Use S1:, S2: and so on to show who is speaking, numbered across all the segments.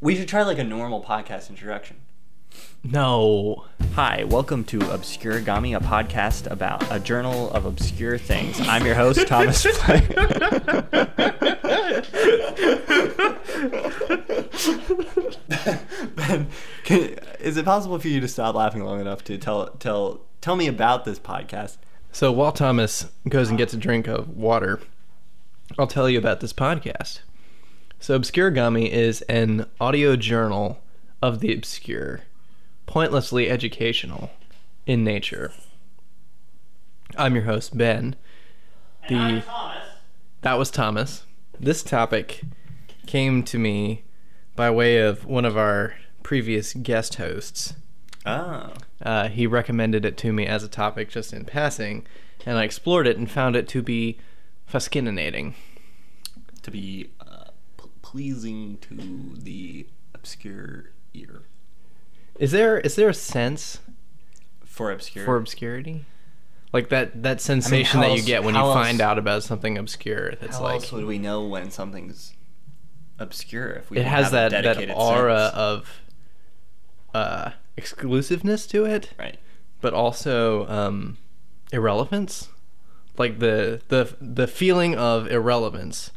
S1: We should try like a normal podcast introduction.
S2: No.
S1: Hi, welcome to Obscurigami, a podcast about a journal of obscure things. I'm your host, Thomas Flay. ben, can, is it possible for you to stop laughing long enough to tell tell tell me about this podcast?
S2: So while Thomas goes and gets a drink of water, I'll tell you about this podcast. So Obscurigami is an audio journal of the obscure, pointlessly educational in nature. I'm your host, Ben. The That was Thomas. This topic came to me by way of one of our previous guest hosts.
S1: Oh,
S2: Uh, he recommended it to me as a topic just in passing, and I explored it and found it to be fascinating.
S1: to be uh, p- pleasing to the obscure ear
S2: Is there is there a sense
S1: for obscure.
S2: for obscurity? Like that that sensation
S1: how
S2: that you
S1: else-
S2: get when you
S1: how
S2: find
S1: else-
S2: out about something obscure that's
S1: How
S2: like
S1: else would we know when something's obscure if we
S2: it
S1: didn't
S2: has
S1: have
S2: that
S1: a
S2: that
S1: dedicated
S2: aura
S1: sense?
S2: of uh exclusiveness to it,
S1: right?
S2: but also um irrelevance. Like the the the feeling of irrelevance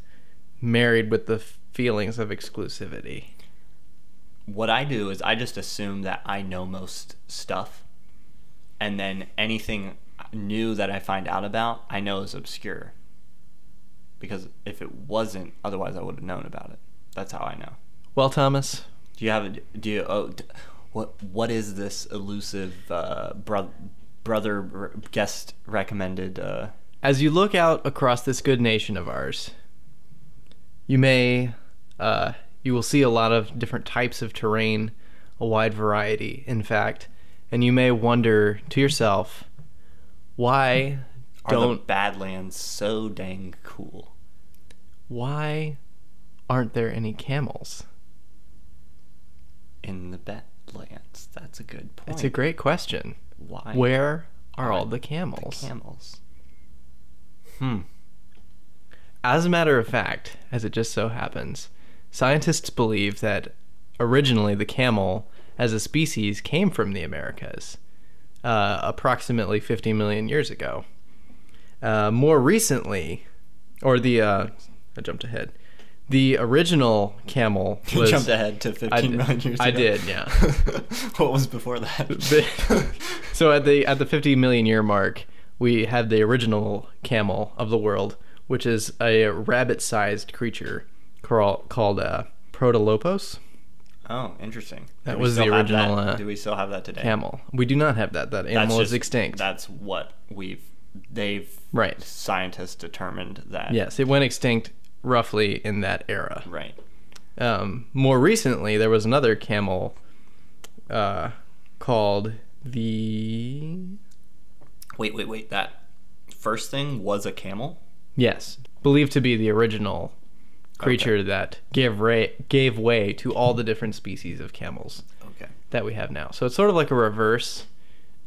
S2: married with the feelings of exclusivity.
S1: What I do is I just assume that I know most stuff, and then anything new that I find out about, I know is obscure. Because if it wasn't, otherwise I would have known about it. That's how I know.
S2: Well, Thomas,
S1: Do you have a do you oh d- what what is this elusive uh, bro- brother r- guest recommended? Uh,
S2: as you look out across this good nation of ours, you may, uh, you will see a lot of different types of terrain, a wide variety, in fact, and you may wonder to yourself, why
S1: are
S2: don't,
S1: the Badlands so dang cool?
S2: why aren't there any camels?
S1: in the Badlands. That's a good point.
S2: It's a great question.
S1: why
S2: Where are all
S1: aren't
S2: the
S1: the
S2: camels?
S1: camels.
S2: As a matter of fact, as it just so happens, scientists believe that originally the camel as a species came from the Americas uh, approximately 50 million years ago. Uh, more recently, or the, uh, I jumped ahead, the original camel
S1: You
S2: was.
S1: jumped ahead to
S2: I
S1: fifteen
S2: did,
S1: million years
S2: I
S1: ago.
S2: did, yeah.
S1: what was before that?
S2: But- so at the at the 50 million year mark, we have the original camel of the world, which is a rabbit-sized creature crawl, called uh, Protolopos
S1: oh, interesting.
S2: That
S1: Do we
S2: was the
S1: still have that?
S2: original, uh,
S1: Do we still have that today?
S2: camel. We do not have that. That
S1: That's
S2: animal is
S1: just-
S2: extinct.
S1: That's what we've they've
S2: Right.
S1: scientists determined that
S2: Yes, it went extinct roughly in that era.
S1: right.
S2: Um, more recently, there was another camel uh, called the
S1: Wait, wait, wait. That first thing was a camel.
S2: Yes, believed to be the original creature that gave ra- gave way to all the different species of camels
S1: Okay.
S2: that we have now. So it's sort of like a reverse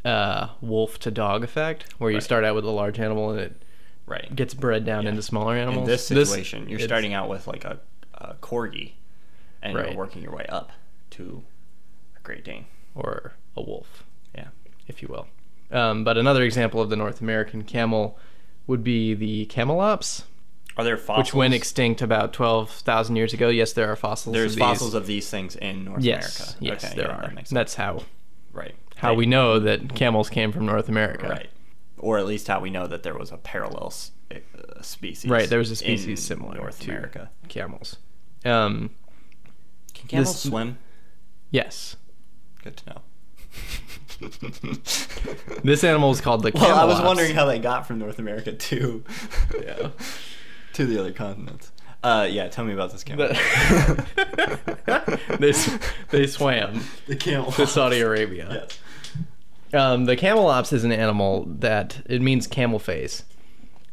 S2: uh, wolf to dog effect, where you
S1: Right.
S2: start out with a large animal and it
S1: Right.
S2: gets bred down into smaller animals.
S1: In this situation, you're
S2: it's-
S1: starting out with like a, a corgi, and
S2: Right.
S1: you're working your way up to a Great Dane.
S2: or a wolf,
S1: Yeah.
S2: if you will. Um, but another example of the North American camel would be the camelops,
S1: Are there fossils?
S2: which went extinct about twelve thousand years ago. Yes, there are fossils.
S1: There's
S2: of these.
S1: fossils of these things in North
S2: Yes,
S1: America.
S2: yes,
S1: Okay,
S2: there
S1: yeah,
S2: are.
S1: That makes sense.
S2: That's how
S1: Right.
S2: how
S1: They-
S2: we know that camels came from North America.
S1: Right. Or at least how we know that there was a parallel s- uh, species.
S2: Right, there was a
S1: in
S2: species similar
S1: North
S2: to
S1: America.
S2: camels. Um,
S1: Can camels
S2: This-
S1: swim?
S2: yes.
S1: Good to know.
S2: This animal is called the
S1: Well, I was
S2: camelops.
S1: wondering how they got from North America to
S2: Yeah.
S1: to the other continents. Uh, yeah, tell me about this camel.
S2: The- they, s- they swam
S1: the camel.
S2: to Saudi Arabia.
S1: Yes.
S2: Um, the camelops is an animal that it means camel face,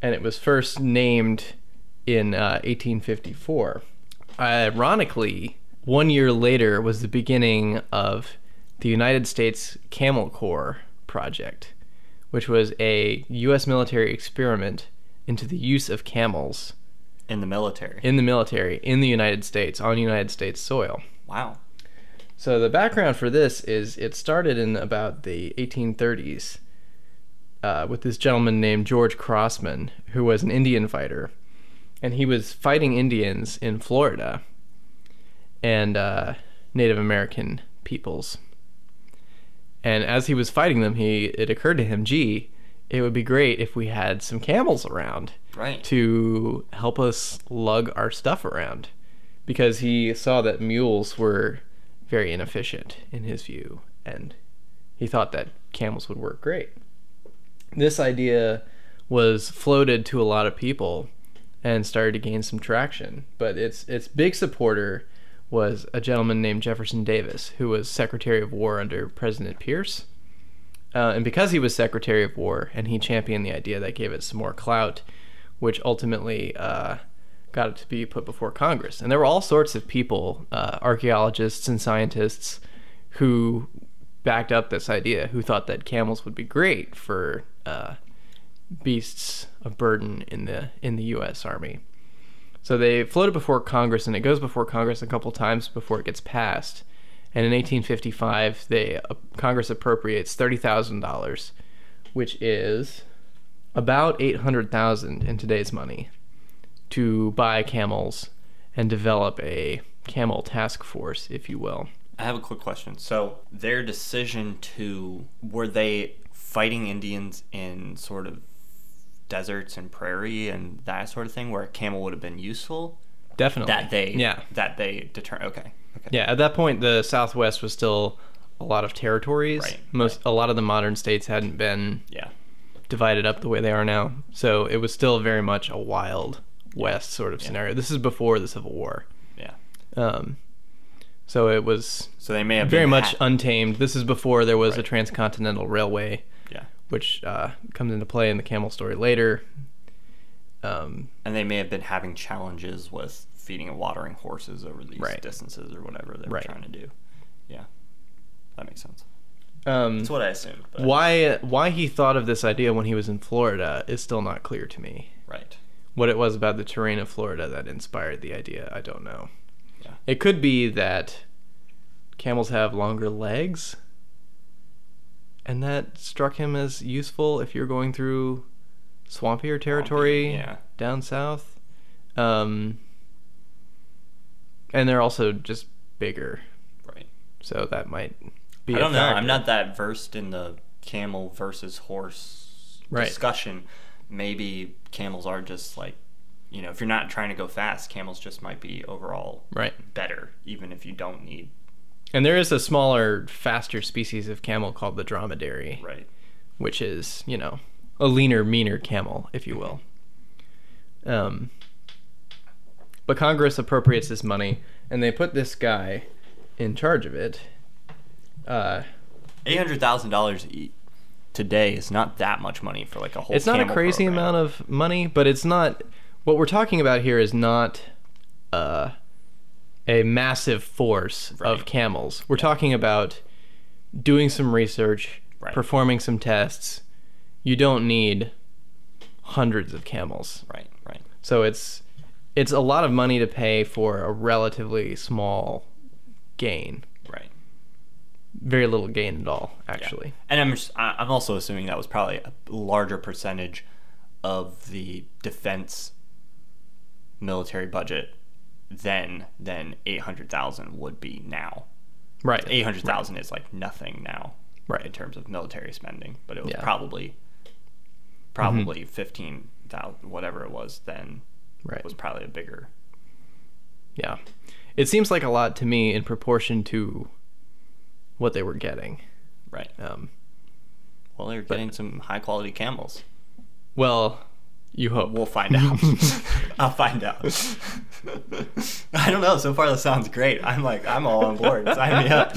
S2: and it was first named in uh, 1854. Ironically, one year later was the beginning of the United States Camel Corps project, which was a U.S. military experiment into the use of camels
S1: In the military.
S2: in the military in the United States on United States soil.
S1: Wow.
S2: So the background for this is it started in about the 1830s uh, with this gentleman named George Crossman, who was an Indian fighter, and he was fighting Indians in Florida and uh, Native American peoples. And as he was fighting them, he it occurred to him, gee, it would be great if we had some camels around
S1: Right.
S2: to help us lug our stuff around because he saw that mules were very inefficient in his view and he thought that camels would work great. This idea was floated to a lot of people and started to gain some traction, but its its big supporter was a gentleman named Jefferson Davis, who was Secretary of War under President Pierce. Uh, and because he was Secretary of War and he championed the idea, that gave it some more clout, which ultimately uh, got it to be put before Congress. And there were all sorts of people, uh, archaeologists and scientists, who backed up this idea, who thought that camels would be great for uh, beasts of burden in the in the U.S. Army. So they floated before Congress, and it goes before Congress a couple times before it gets passed. And in 1855, they uh, Congress appropriates thirty thousand dollars, which is about eight hundred thousand in today's money, to buy camels and develop a camel task force, if you will.
S1: I have a quick question. So their decision to were they fighting Indians in sort of deserts and prairie and that sort of thing where a camel would have been useful
S2: Definitely.
S1: that they
S2: yeah
S1: that they deter okay okay
S2: yeah at that point the Southwest was still a lot of territories.
S1: Right,
S2: Most a lot of the modern states hadn't been
S1: yeah
S2: divided up the way they are now. So it was still very much a wild west sort of scenario. This is before the Civil War.
S1: yeah
S2: Um, so it was
S1: so they may have
S2: very
S1: been
S2: much
S1: ha-
S2: untamed. This is before there was a
S1: Right.
S2: transcontinental railway,
S1: yeah
S2: which uh, comes into play in the camel story later. Um,
S1: and they may have been having challenges with feeding and watering horses over these
S2: Right.
S1: distances or whatever they were
S2: Right.
S1: trying to do yeah that makes sense
S2: um,
S1: that's what i assumed but-
S2: why why he thought of this idea when he was in Florida is still not clear to me.
S1: right
S2: What it was about the terrain of Florida that inspired the idea, I don't know.
S1: Yeah.
S2: It could be that camels have longer legs, and that struck him as useful if you're going through swampier territory.
S1: yeah
S2: down south. Um, and they're also just bigger,
S1: right
S2: so that might be.
S1: i
S2: a
S1: don't know i'm
S2: factor.
S1: not that versed in the camel versus horse
S2: Right.
S1: discussion maybe camels are just like you know if you're not trying to go fast camels just might be overall
S2: right.
S1: better even if you don't need
S2: And there is a smaller, faster species of camel called the dromedary,
S1: right
S2: which is you know a leaner, meaner camel, if you will. Um, but Congress appropriates this money, and they put this guy in charge of it. Uh,
S1: eight hundred thousand dollars e today is not that much money for like a whole.
S2: it's not a
S1: camel
S2: crazy
S1: program.
S2: amount of money, but it's not what we're talking about here is not uh, a massive force of
S1: Right.
S2: camels. We're talking about doing some research,
S1: Right.
S2: performing some tests. You don't need hundreds of camels.
S1: Right, right,
S2: So it's it's a lot of money to pay for a relatively small gain.
S1: right.
S2: Very little gain at all, actually.
S1: And I'm s- I- I'm also assuming that was probably a larger percentage of the defense military budget then than eight hundred thousand would be now.
S2: Right.
S1: Eight hundred thousand is like nothing now,
S2: Right.
S1: in terms of military spending. But it was
S2: Yeah. Mm-hmm.
S1: probably probably fifteen thousand, whatever it was then,
S2: Right.
S1: was probably a bigger
S2: Yeah. It seems like a lot to me in proportion to what they were getting.
S1: right.
S2: Um,
S1: Well, they're getting some high quality camels.
S2: well, you hope.
S1: We'll find out. I'll find out. I don't know. So far, that sounds great. I'm like, I'm all on board. Sign me up.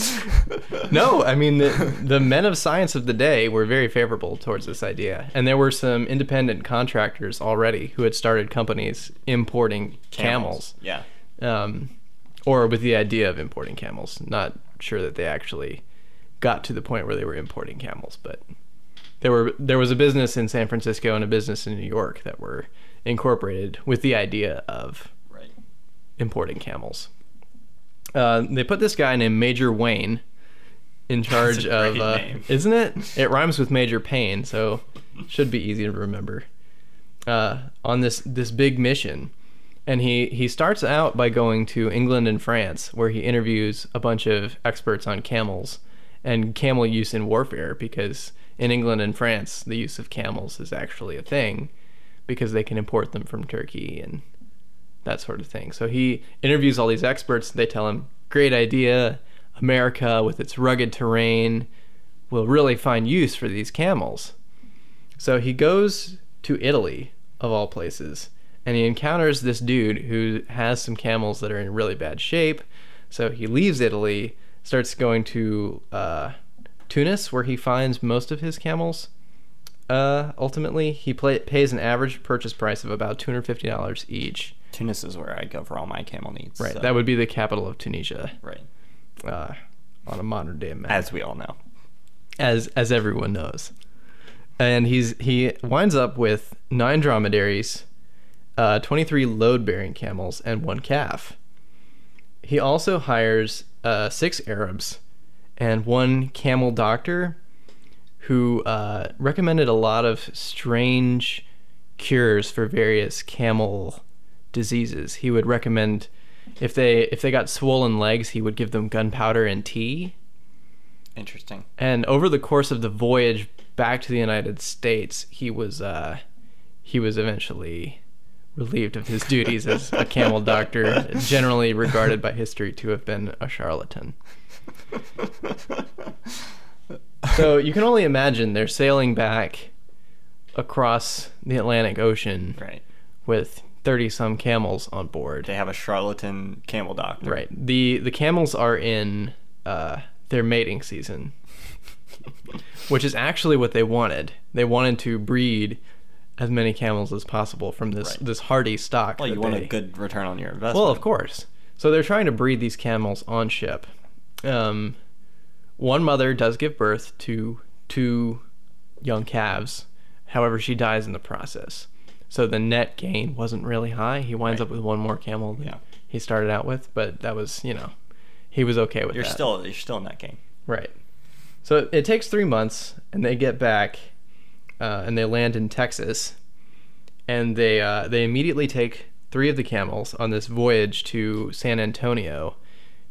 S2: no, I mean, the, the men of science of the day were very favorable towards this idea. And there were some independent contractors already who had started companies importing camels,
S1: Yeah.
S2: um, or with the idea of importing camels. Not sure that they actually got to the point where they were importing camels, but there were there was a business in San Francisco and a business in New York that were incorporated with the idea of
S1: Right.
S2: importing camels. Uh, they put this guy named Major Wayne in charge
S1: a
S2: of.
S1: great
S2: Uh,
S1: name.
S2: isn't it? It rhymes with Major Pain, so should be easy to remember. Uh, on this this big mission, and he he starts out by going to England and France, where he interviews a bunch of experts on camels and camel use in warfare, because in England and France the use of camels is actually a thing, because they can import them from Turkey and that sort of thing. So he interviews all these experts. They tell him, great idea. America, with its rugged terrain, will really find use for these camels. So he goes to Italy, of all places, and he encounters this dude who has some camels that are in really bad shape. So he leaves Italy, starts going to uh, Tunis, where he finds most of his camels. Uh, ultimately, he pla pays an average purchase price of about $250 each.
S1: Tunis is where I go for all my camel needs.
S2: Right,
S1: so-
S2: that would be the capital of Tunisia
S1: right.
S2: uh, on a modern day map,
S1: As we all know.
S2: as as everyone knows. And he's he winds up with nine dromedaries, uh, twenty three load bearing camels, and one calf. He also hires uh, six Arabs and one camel doctor who uh, recommended a lot of strange cures for various camel diseases. He would recommend if they if they got swollen legs, he would give them gunpowder and tea.
S1: Interesting.
S2: And over the course of the voyage back to the United States, he was uh, he was eventually relieved of his duties as a camel doctor, generally regarded by history to have been a charlatan. So you can only imagine they're sailing back across the Atlantic Ocean
S1: Right.
S2: with thirty some camels on board.
S1: They have a charlatan camel doctor.
S2: Right. The the camels are in uh, their mating season, which is actually what they wanted. They wanted to breed as many camels as possible from this
S1: Right.
S2: this hardy stock.
S1: Well,
S2: that
S1: you want
S2: they-
S1: a good return on your investment.
S2: Well, of course. So they're trying to breed these camels on ship. Um, one mother does give birth to two young calves. However, she dies in the process. So the net gain wasn't really high. He winds up with one more camel than
S1: Yeah.
S2: he started out with, but that was, you know, he was okay with
S1: You're
S2: that.
S1: still you're still in that game.
S2: Right. So it- it takes three months, and they get back, uh, and they land in Texas, and they uh, they immediately take three of the camels on this voyage to San Antonio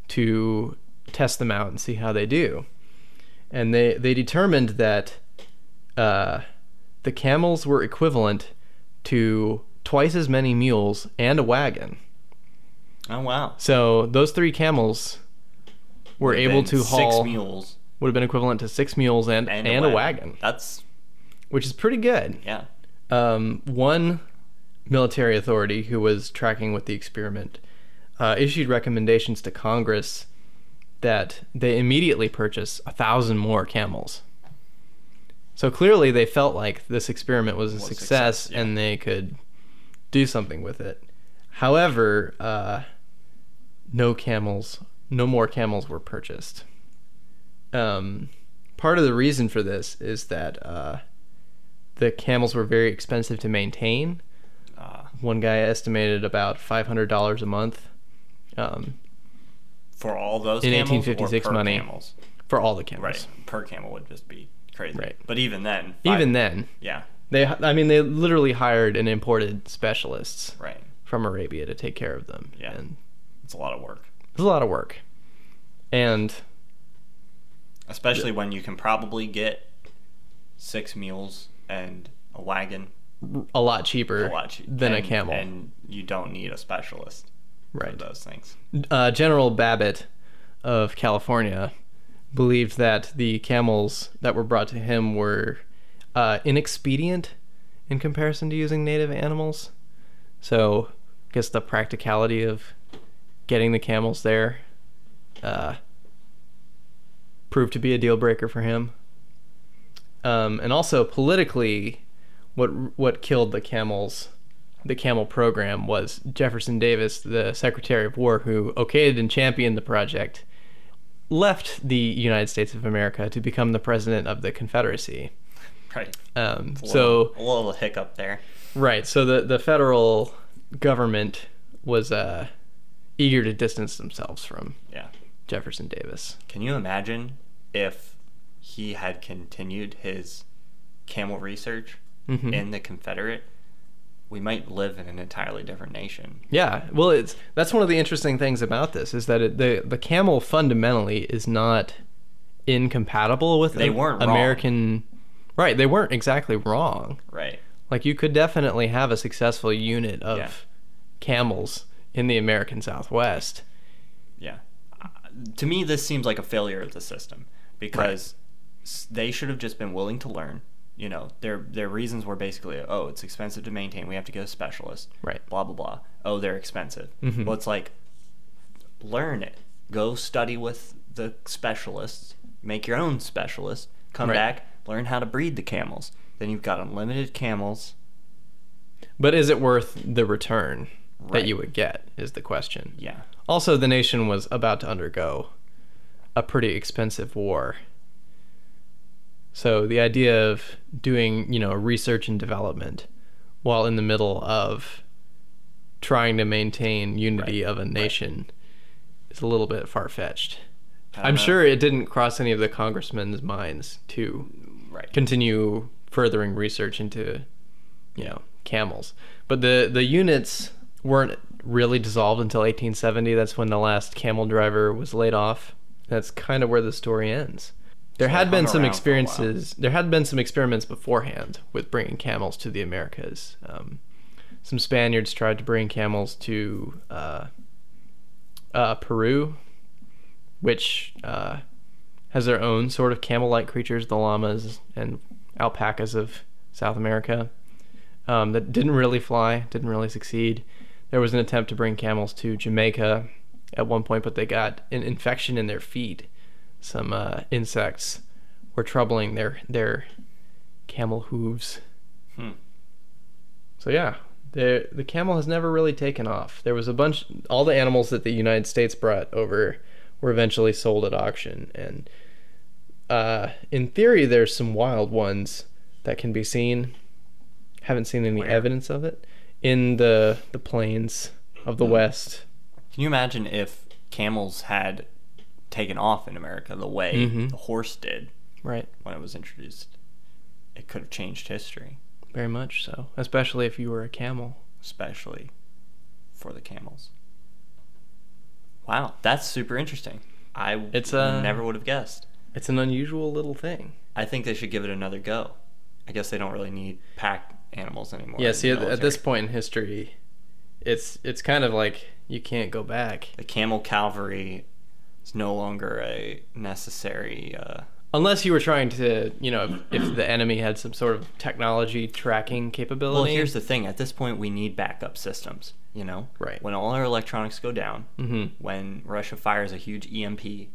S2: to test them out and see how they do, and they they determined that uh, the camels were equivalent to twice as many mules and a wagon.
S1: Oh wow.
S2: So those three camels were able
S1: Then
S2: to haul
S1: six mules
S2: would have been equivalent to six mules and, and, a, wagon.
S1: That's
S2: which is pretty good.
S1: yeah.
S2: Um, one military authority who was tracking with the experiment uh, issued recommendations to Congress that they immediately purchase a thousand more camels. So clearly, they felt like this experiment was a
S1: Was a
S2: success,
S1: success, yeah.
S2: and they could do something with it. However, uh, no camels, no more camels were purchased. Um, part of the reason for this is that uh, the camels were very expensive to maintain.
S1: Uh,
S2: One guy estimated about five hundred dollars a month um,
S1: for all those
S2: In
S1: camels
S2: 1856
S1: or per
S2: money.
S1: camels.
S2: for all the camels.
S1: Right. Per camel would just be crazy.
S2: Right.
S1: But even then five-
S2: Even then,
S1: Yeah.
S2: they I mean they literally hired and imported specialists
S1: Right.
S2: from Arabia to take care of them.
S1: Yeah.
S2: And
S1: It's a lot of work.
S2: it's a lot of work. And
S1: Especially when you can probably get six mules and a wagon
S2: a lot cheaper
S1: a lot che-
S2: than a
S1: and-
S2: camel.
S1: And you don't need a specialist for
S2: right.
S1: those things.
S2: uh, General Babbitt of California believed that the camels that were brought to him were uh, inexpedient in comparison to using native animals. So, I guess the practicality of getting the camels there uh, proved to be a deal breaker for him. Um, and also politically, what what killed the camels, the camel program was Jefferson Davis, the Secretary of War, who okayed and championed the project, left the United States of America to become the president of the Confederacy.
S1: Right.
S2: Um,
S1: A
S2: so
S1: little- a little hiccup there.
S2: Right. So the the federal government was uh, eager to distance themselves from
S1: Yeah.
S2: Jefferson Davis.
S1: Can you imagine if he had continued his camel research
S2: Mhm.
S1: in the Confederate? We might live in an entirely different nation.
S2: Yeah, well, it's that's one of the interesting things about this is that it, the the camel fundamentally is not incompatible with
S1: They
S2: Am-
S1: weren't wrong.
S2: American. Right, they weren't exactly wrong.
S1: Right.
S2: Like you could definitely have a successful unit of
S1: Yeah.
S2: camels in the American Southwest.
S1: Yeah. Uh, To me, this seems like a failure of the system because s they should have just been willing to learn. You know, their their reasons were basically, oh, it's expensive to maintain. We have to go to specialists.
S2: Right.
S1: Blah blah blah. Oh, they're expensive.
S2: Mhm.
S1: Well, it's like learn it. Go study with the specialists. Make your own specialist. Come
S2: Right.
S1: back. Learn how to breed the camels. Then you've got unlimited camels.
S2: But is it worth the return
S1: Right.
S2: that you would get? Is the question.
S1: Yeah.
S2: Also, the nation was about to undergo a pretty expensive war. So the idea of doing, you know, research and development while in the middle of trying to maintain unity
S1: Right,
S2: of a
S1: right.
S2: nation is a little bit far fetched.
S1: I don't
S2: I'm
S1: know.
S2: sure it didn't cross any of the congressmen's minds to
S1: Right.
S2: continue furthering research into you know camels but the the units weren't really dissolved until 1870 that's when the last camel driver was laid off that's kind of where the story ends there
S1: So
S2: had
S1: they
S2: been
S1: hung around for a
S2: some
S1: while.
S2: experiences there had been some experiments beforehand with bringing camels to the americas um, some spaniards tried to bring camels to uh, uh, peru which uh, has their own sort of camel-like creatures, the llamas and alpacas of South America, um, that didn't really fly, didn't really succeed. There was an attempt to bring camels to Jamaica at one point, but they got an infection in their feet. Some uh, insects were troubling their their camel hooves.
S1: Hmm.
S2: So yeah, the the camel has never really taken off. There was a bunch all the animals that the United States brought over were eventually sold at auction and uh, in theory there's some wild ones that can be seen. Haven't seen any
S1: Where?
S2: evidence of it in the the plains of the west.
S1: Can you imagine if camels had taken off in America the way
S2: Mhm.
S1: the horse did
S2: Right.
S1: when it was introduced? It could have changed history,
S2: Very much so, especially if you were a camel.
S1: especially for the camels. Wow, that's super interesting. I
S2: It's, uh,
S1: never would have guessed.
S2: It's an unusual little thing.
S1: I think they should give it another go. I guess they don't really need pack animals anymore.
S2: yeah,
S1: in
S2: see
S1: the
S2: at, at this
S1: military.
S2: point in history it's it's kind of like you can't go back.
S1: the camel cavalry is no longer a necessary. Uh,
S2: Unless you were trying to, you know, if, if the enemy had some sort of technology tracking capability.
S1: Well, here's the thing. At this point, we need backup systems. You know,
S2: Right.
S1: When all our electronics go down,
S2: Mhm.
S1: when Russia fires a huge EMP,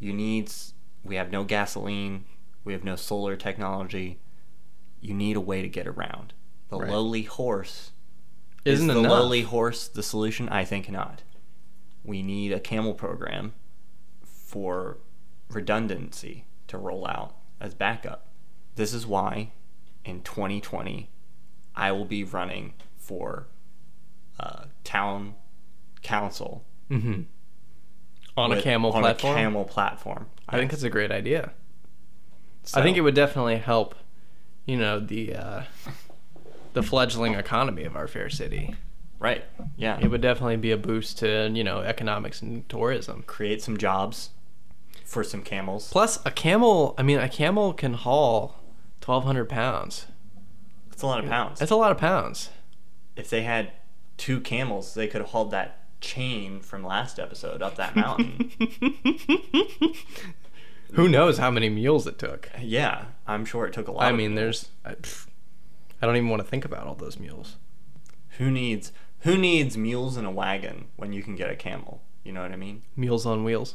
S1: you need. s- We have no gasoline. We have no solar technology. You need a way to get around. The
S2: Right.
S1: lowly horse
S2: isn't
S1: is the
S2: enough.
S1: lowly horse the solution? I think not. We need a camel program for redundancy to roll out as backup. This is why in 2020 I will be running for uh, town council
S2: hmm On a
S1: with-
S2: camel
S1: on
S2: platform.
S1: a camel platform.
S2: I think it's a great idea.
S1: So,
S2: I think it would definitely help, you know, the uh, the fledgling economy of our fair city.
S1: right. Yeah.
S2: It would definitely be a boost to, you know, economics and tourism.
S1: create some jobs for some camels.
S2: Plus, a camel, I mean, a camel can haul 1,200 pounds.
S1: That's a lot of pounds.
S2: That's a lot of pounds.
S1: if they had two camels, they could have hauled that chain from last episode up that mountain.
S2: Who knows how many mules it took?
S1: yeah, I'm sure it took a lot.
S2: I
S1: of
S2: mean,
S1: people.
S2: there's. I, pff, I don't even want to think about all those mules.
S1: who needs who needs mules in a wagon when you can get a camel? You know what I mean?
S2: Mules on wheels.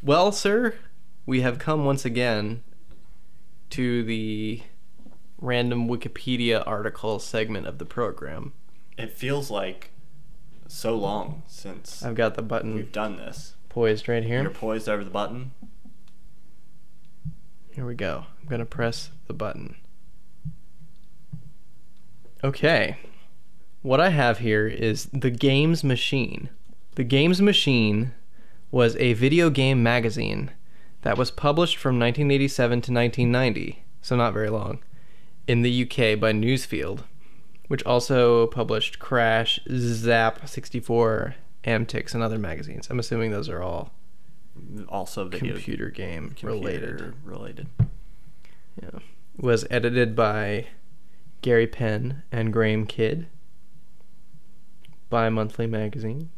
S2: Well, sir, we have come once again to the random Wikipedia article segment of the program.
S1: It feels like so long since
S2: I've got the button
S1: we've done this.
S2: poised right here.
S1: You're poised over the button.
S2: Here we go. I'm going to press the button. Okay. What I have here is The Games Machine. The Games Machine was a video game magazine that was published from 1987 to 1990, so not very long, in the UK by Newsfield, which also published Crash, Zap 64, Amtix, and other magazines. I'm assuming those are all
S1: Also video
S2: computer game related.
S1: computer related.
S2: Yeah. Was edited by Gary Penn and Graham Kidd. Bi monthly magazine.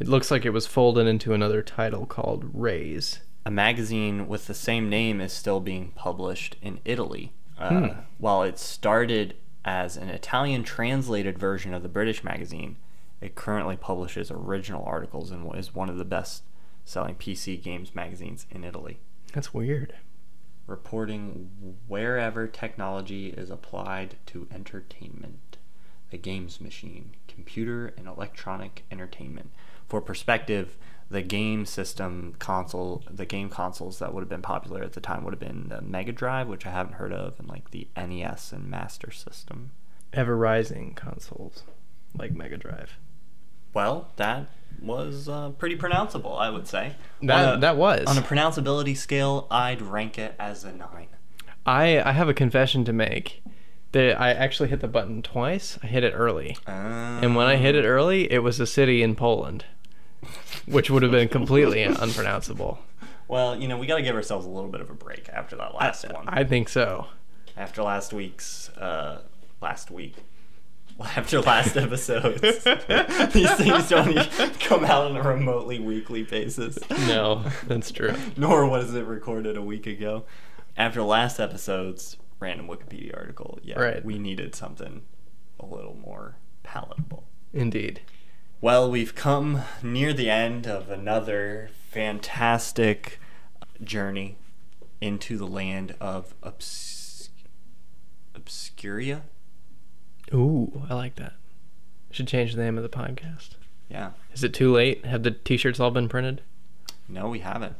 S2: It looks like it was folded into another title called Rays.
S1: A magazine with the same name is still being published in Italy. Uh,
S2: Hmm.
S1: While it started as an Italian translated version of the British magazine, it currently publishes original articles and is one of the best selling PC games magazines in Italy.
S2: That's weird.
S1: reporting wherever technology is applied to entertainment. The games machine, computer, and electronic entertainment. For perspective, the game system console, the game consoles that would have been popular at the time would have been the Mega Drive, which I haven't heard of, and like the NES and Master System.
S2: Ever rising consoles like Mega Drive.
S1: Well, that was uh, pretty pronounceable, I would say.
S2: That,
S1: On a-
S2: that was.
S1: On a pronounceability scale, I'd rank it as a 9.
S2: I, I have a confession to make. That I actually hit the button twice. I hit it early. And when I hit it early, it was a city in Poland, which would have been completely unpronounceable.
S1: Well, you know, we got to give ourselves a little bit of a break after that last one.
S2: I think so.
S1: after last week's, uh, last week. Well, After last episodes. These things don't even come out on a remotely weekly basis.
S2: No, that's true.
S1: Nor was it recorded a week ago. After last episode's random Wikipedia article, yeah,
S2: Right.
S1: we needed something a little more palatable.
S2: Indeed.
S1: Well, we've come near the end of another fantastic journey into the land of obs- obscuria.
S2: Ooh, I like that. Should change the name of the podcast.
S1: Yeah.
S2: Is it too late? Have the t-shirts all been printed?
S1: No, we haven't.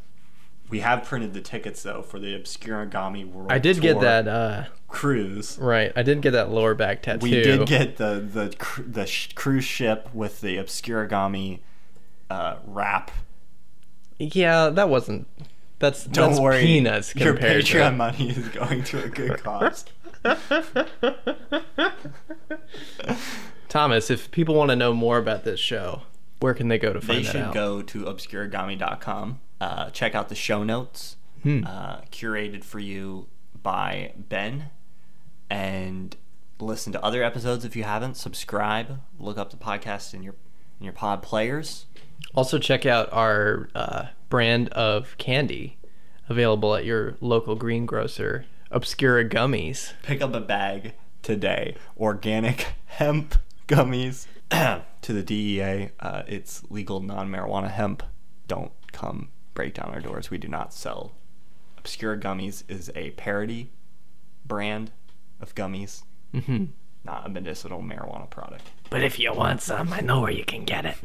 S1: We have printed the tickets though for the Obscurigami World.
S2: I did get
S1: Tour
S2: that uh
S1: cruise.
S2: right. I did get that lower back tattoo.
S1: We did get the the cr- the sh- cruise ship with the Obscurigami uh, wrap.
S2: Yeah, that wasn't that's
S1: Don't
S2: that's
S1: worry,
S2: peanuts
S1: your
S2: compared
S1: Patreon money is going to a good cause.
S2: to Thomas, if people want to know more about this show, where can they go to find
S1: they
S2: that
S1: should
S2: out?
S1: go to obscurigami.com uh, check out the show notes
S2: Hmm.
S1: uh, curated for you by ben and listen to other episodes if you haven't subscribe look up the podcast in your in your pod players
S2: Also, check out our uh, brand of candy available at your local greengrocer, Obscura Gummies.
S1: pick up a bag today organic hemp gummies to the dea uh, it's legal non-marijuana hemp don't come break down our doors we do not sell obscure gummies is a parody brand of gummies
S2: hmm
S1: not a medicinal marijuana product
S2: But if you want some, I know where you can get it.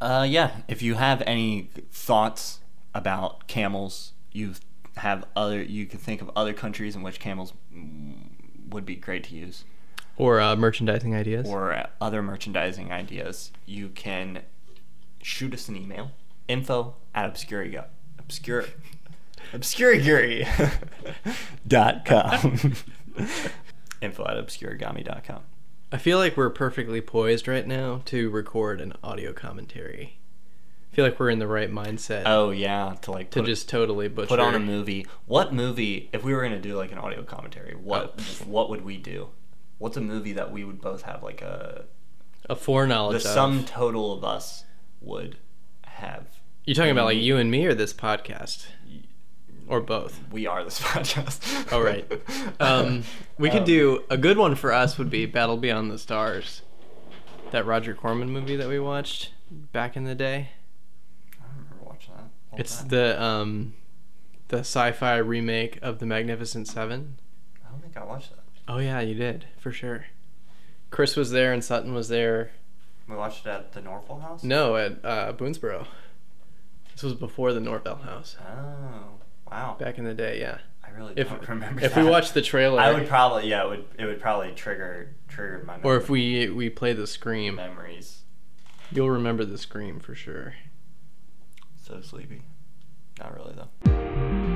S1: Uh, yeah. If you have any thoughts about camels, you have other. You can think of other countries in which camels mm, would be great to use,
S2: Or uh, merchandising ideas.
S1: or uh, other merchandising ideas. You can shoot us an email, info at obscuriga, obscure, obscuriguri dot com, info at obscurigami dot com.
S2: I feel like we're perfectly poised right now to record an audio commentary. I feel like we're in the right mindset
S1: Oh yeah, to like
S2: to
S1: put-
S2: just totally butcher.
S1: put on a movie. What movie? If we were gonna do like an audio commentary, what
S2: Oh.
S1: what would we do? What's a movie that we would both have like a
S2: a foreknowledge.
S1: the
S2: of-
S1: sum total of us would have?
S2: You're talking about like you and me or this podcast? Or both?
S1: We are this podcast.
S2: All right. Um, we could
S1: Um,
S2: do a good one for us would be Battle Beyond the Stars, that Roger Corman movie that we watched back in the day.
S1: I don't remember watching that. What
S2: It's
S1: was that?
S2: the um, the sci-fi remake of the Magnificent Seven.
S1: I don't think I watched that.
S2: Oh yeah, you did for sure. Chris was there and Sutton was there.
S1: We watched it at the Norfolk House.
S2: No, at uh, Boonesboro. This was before the Norvell House.
S1: Oh, wow. Wow.
S2: back in the day. Yeah.
S1: I really
S2: If
S1: don't remember.
S2: if
S1: that.
S2: we watched the trailer,
S1: I would probably yeah. It would it would probably trigger trigger my
S2: or if we we play the scream,
S1: memories.
S2: you'll remember the scream for sure.
S1: So sleepy. Not really though.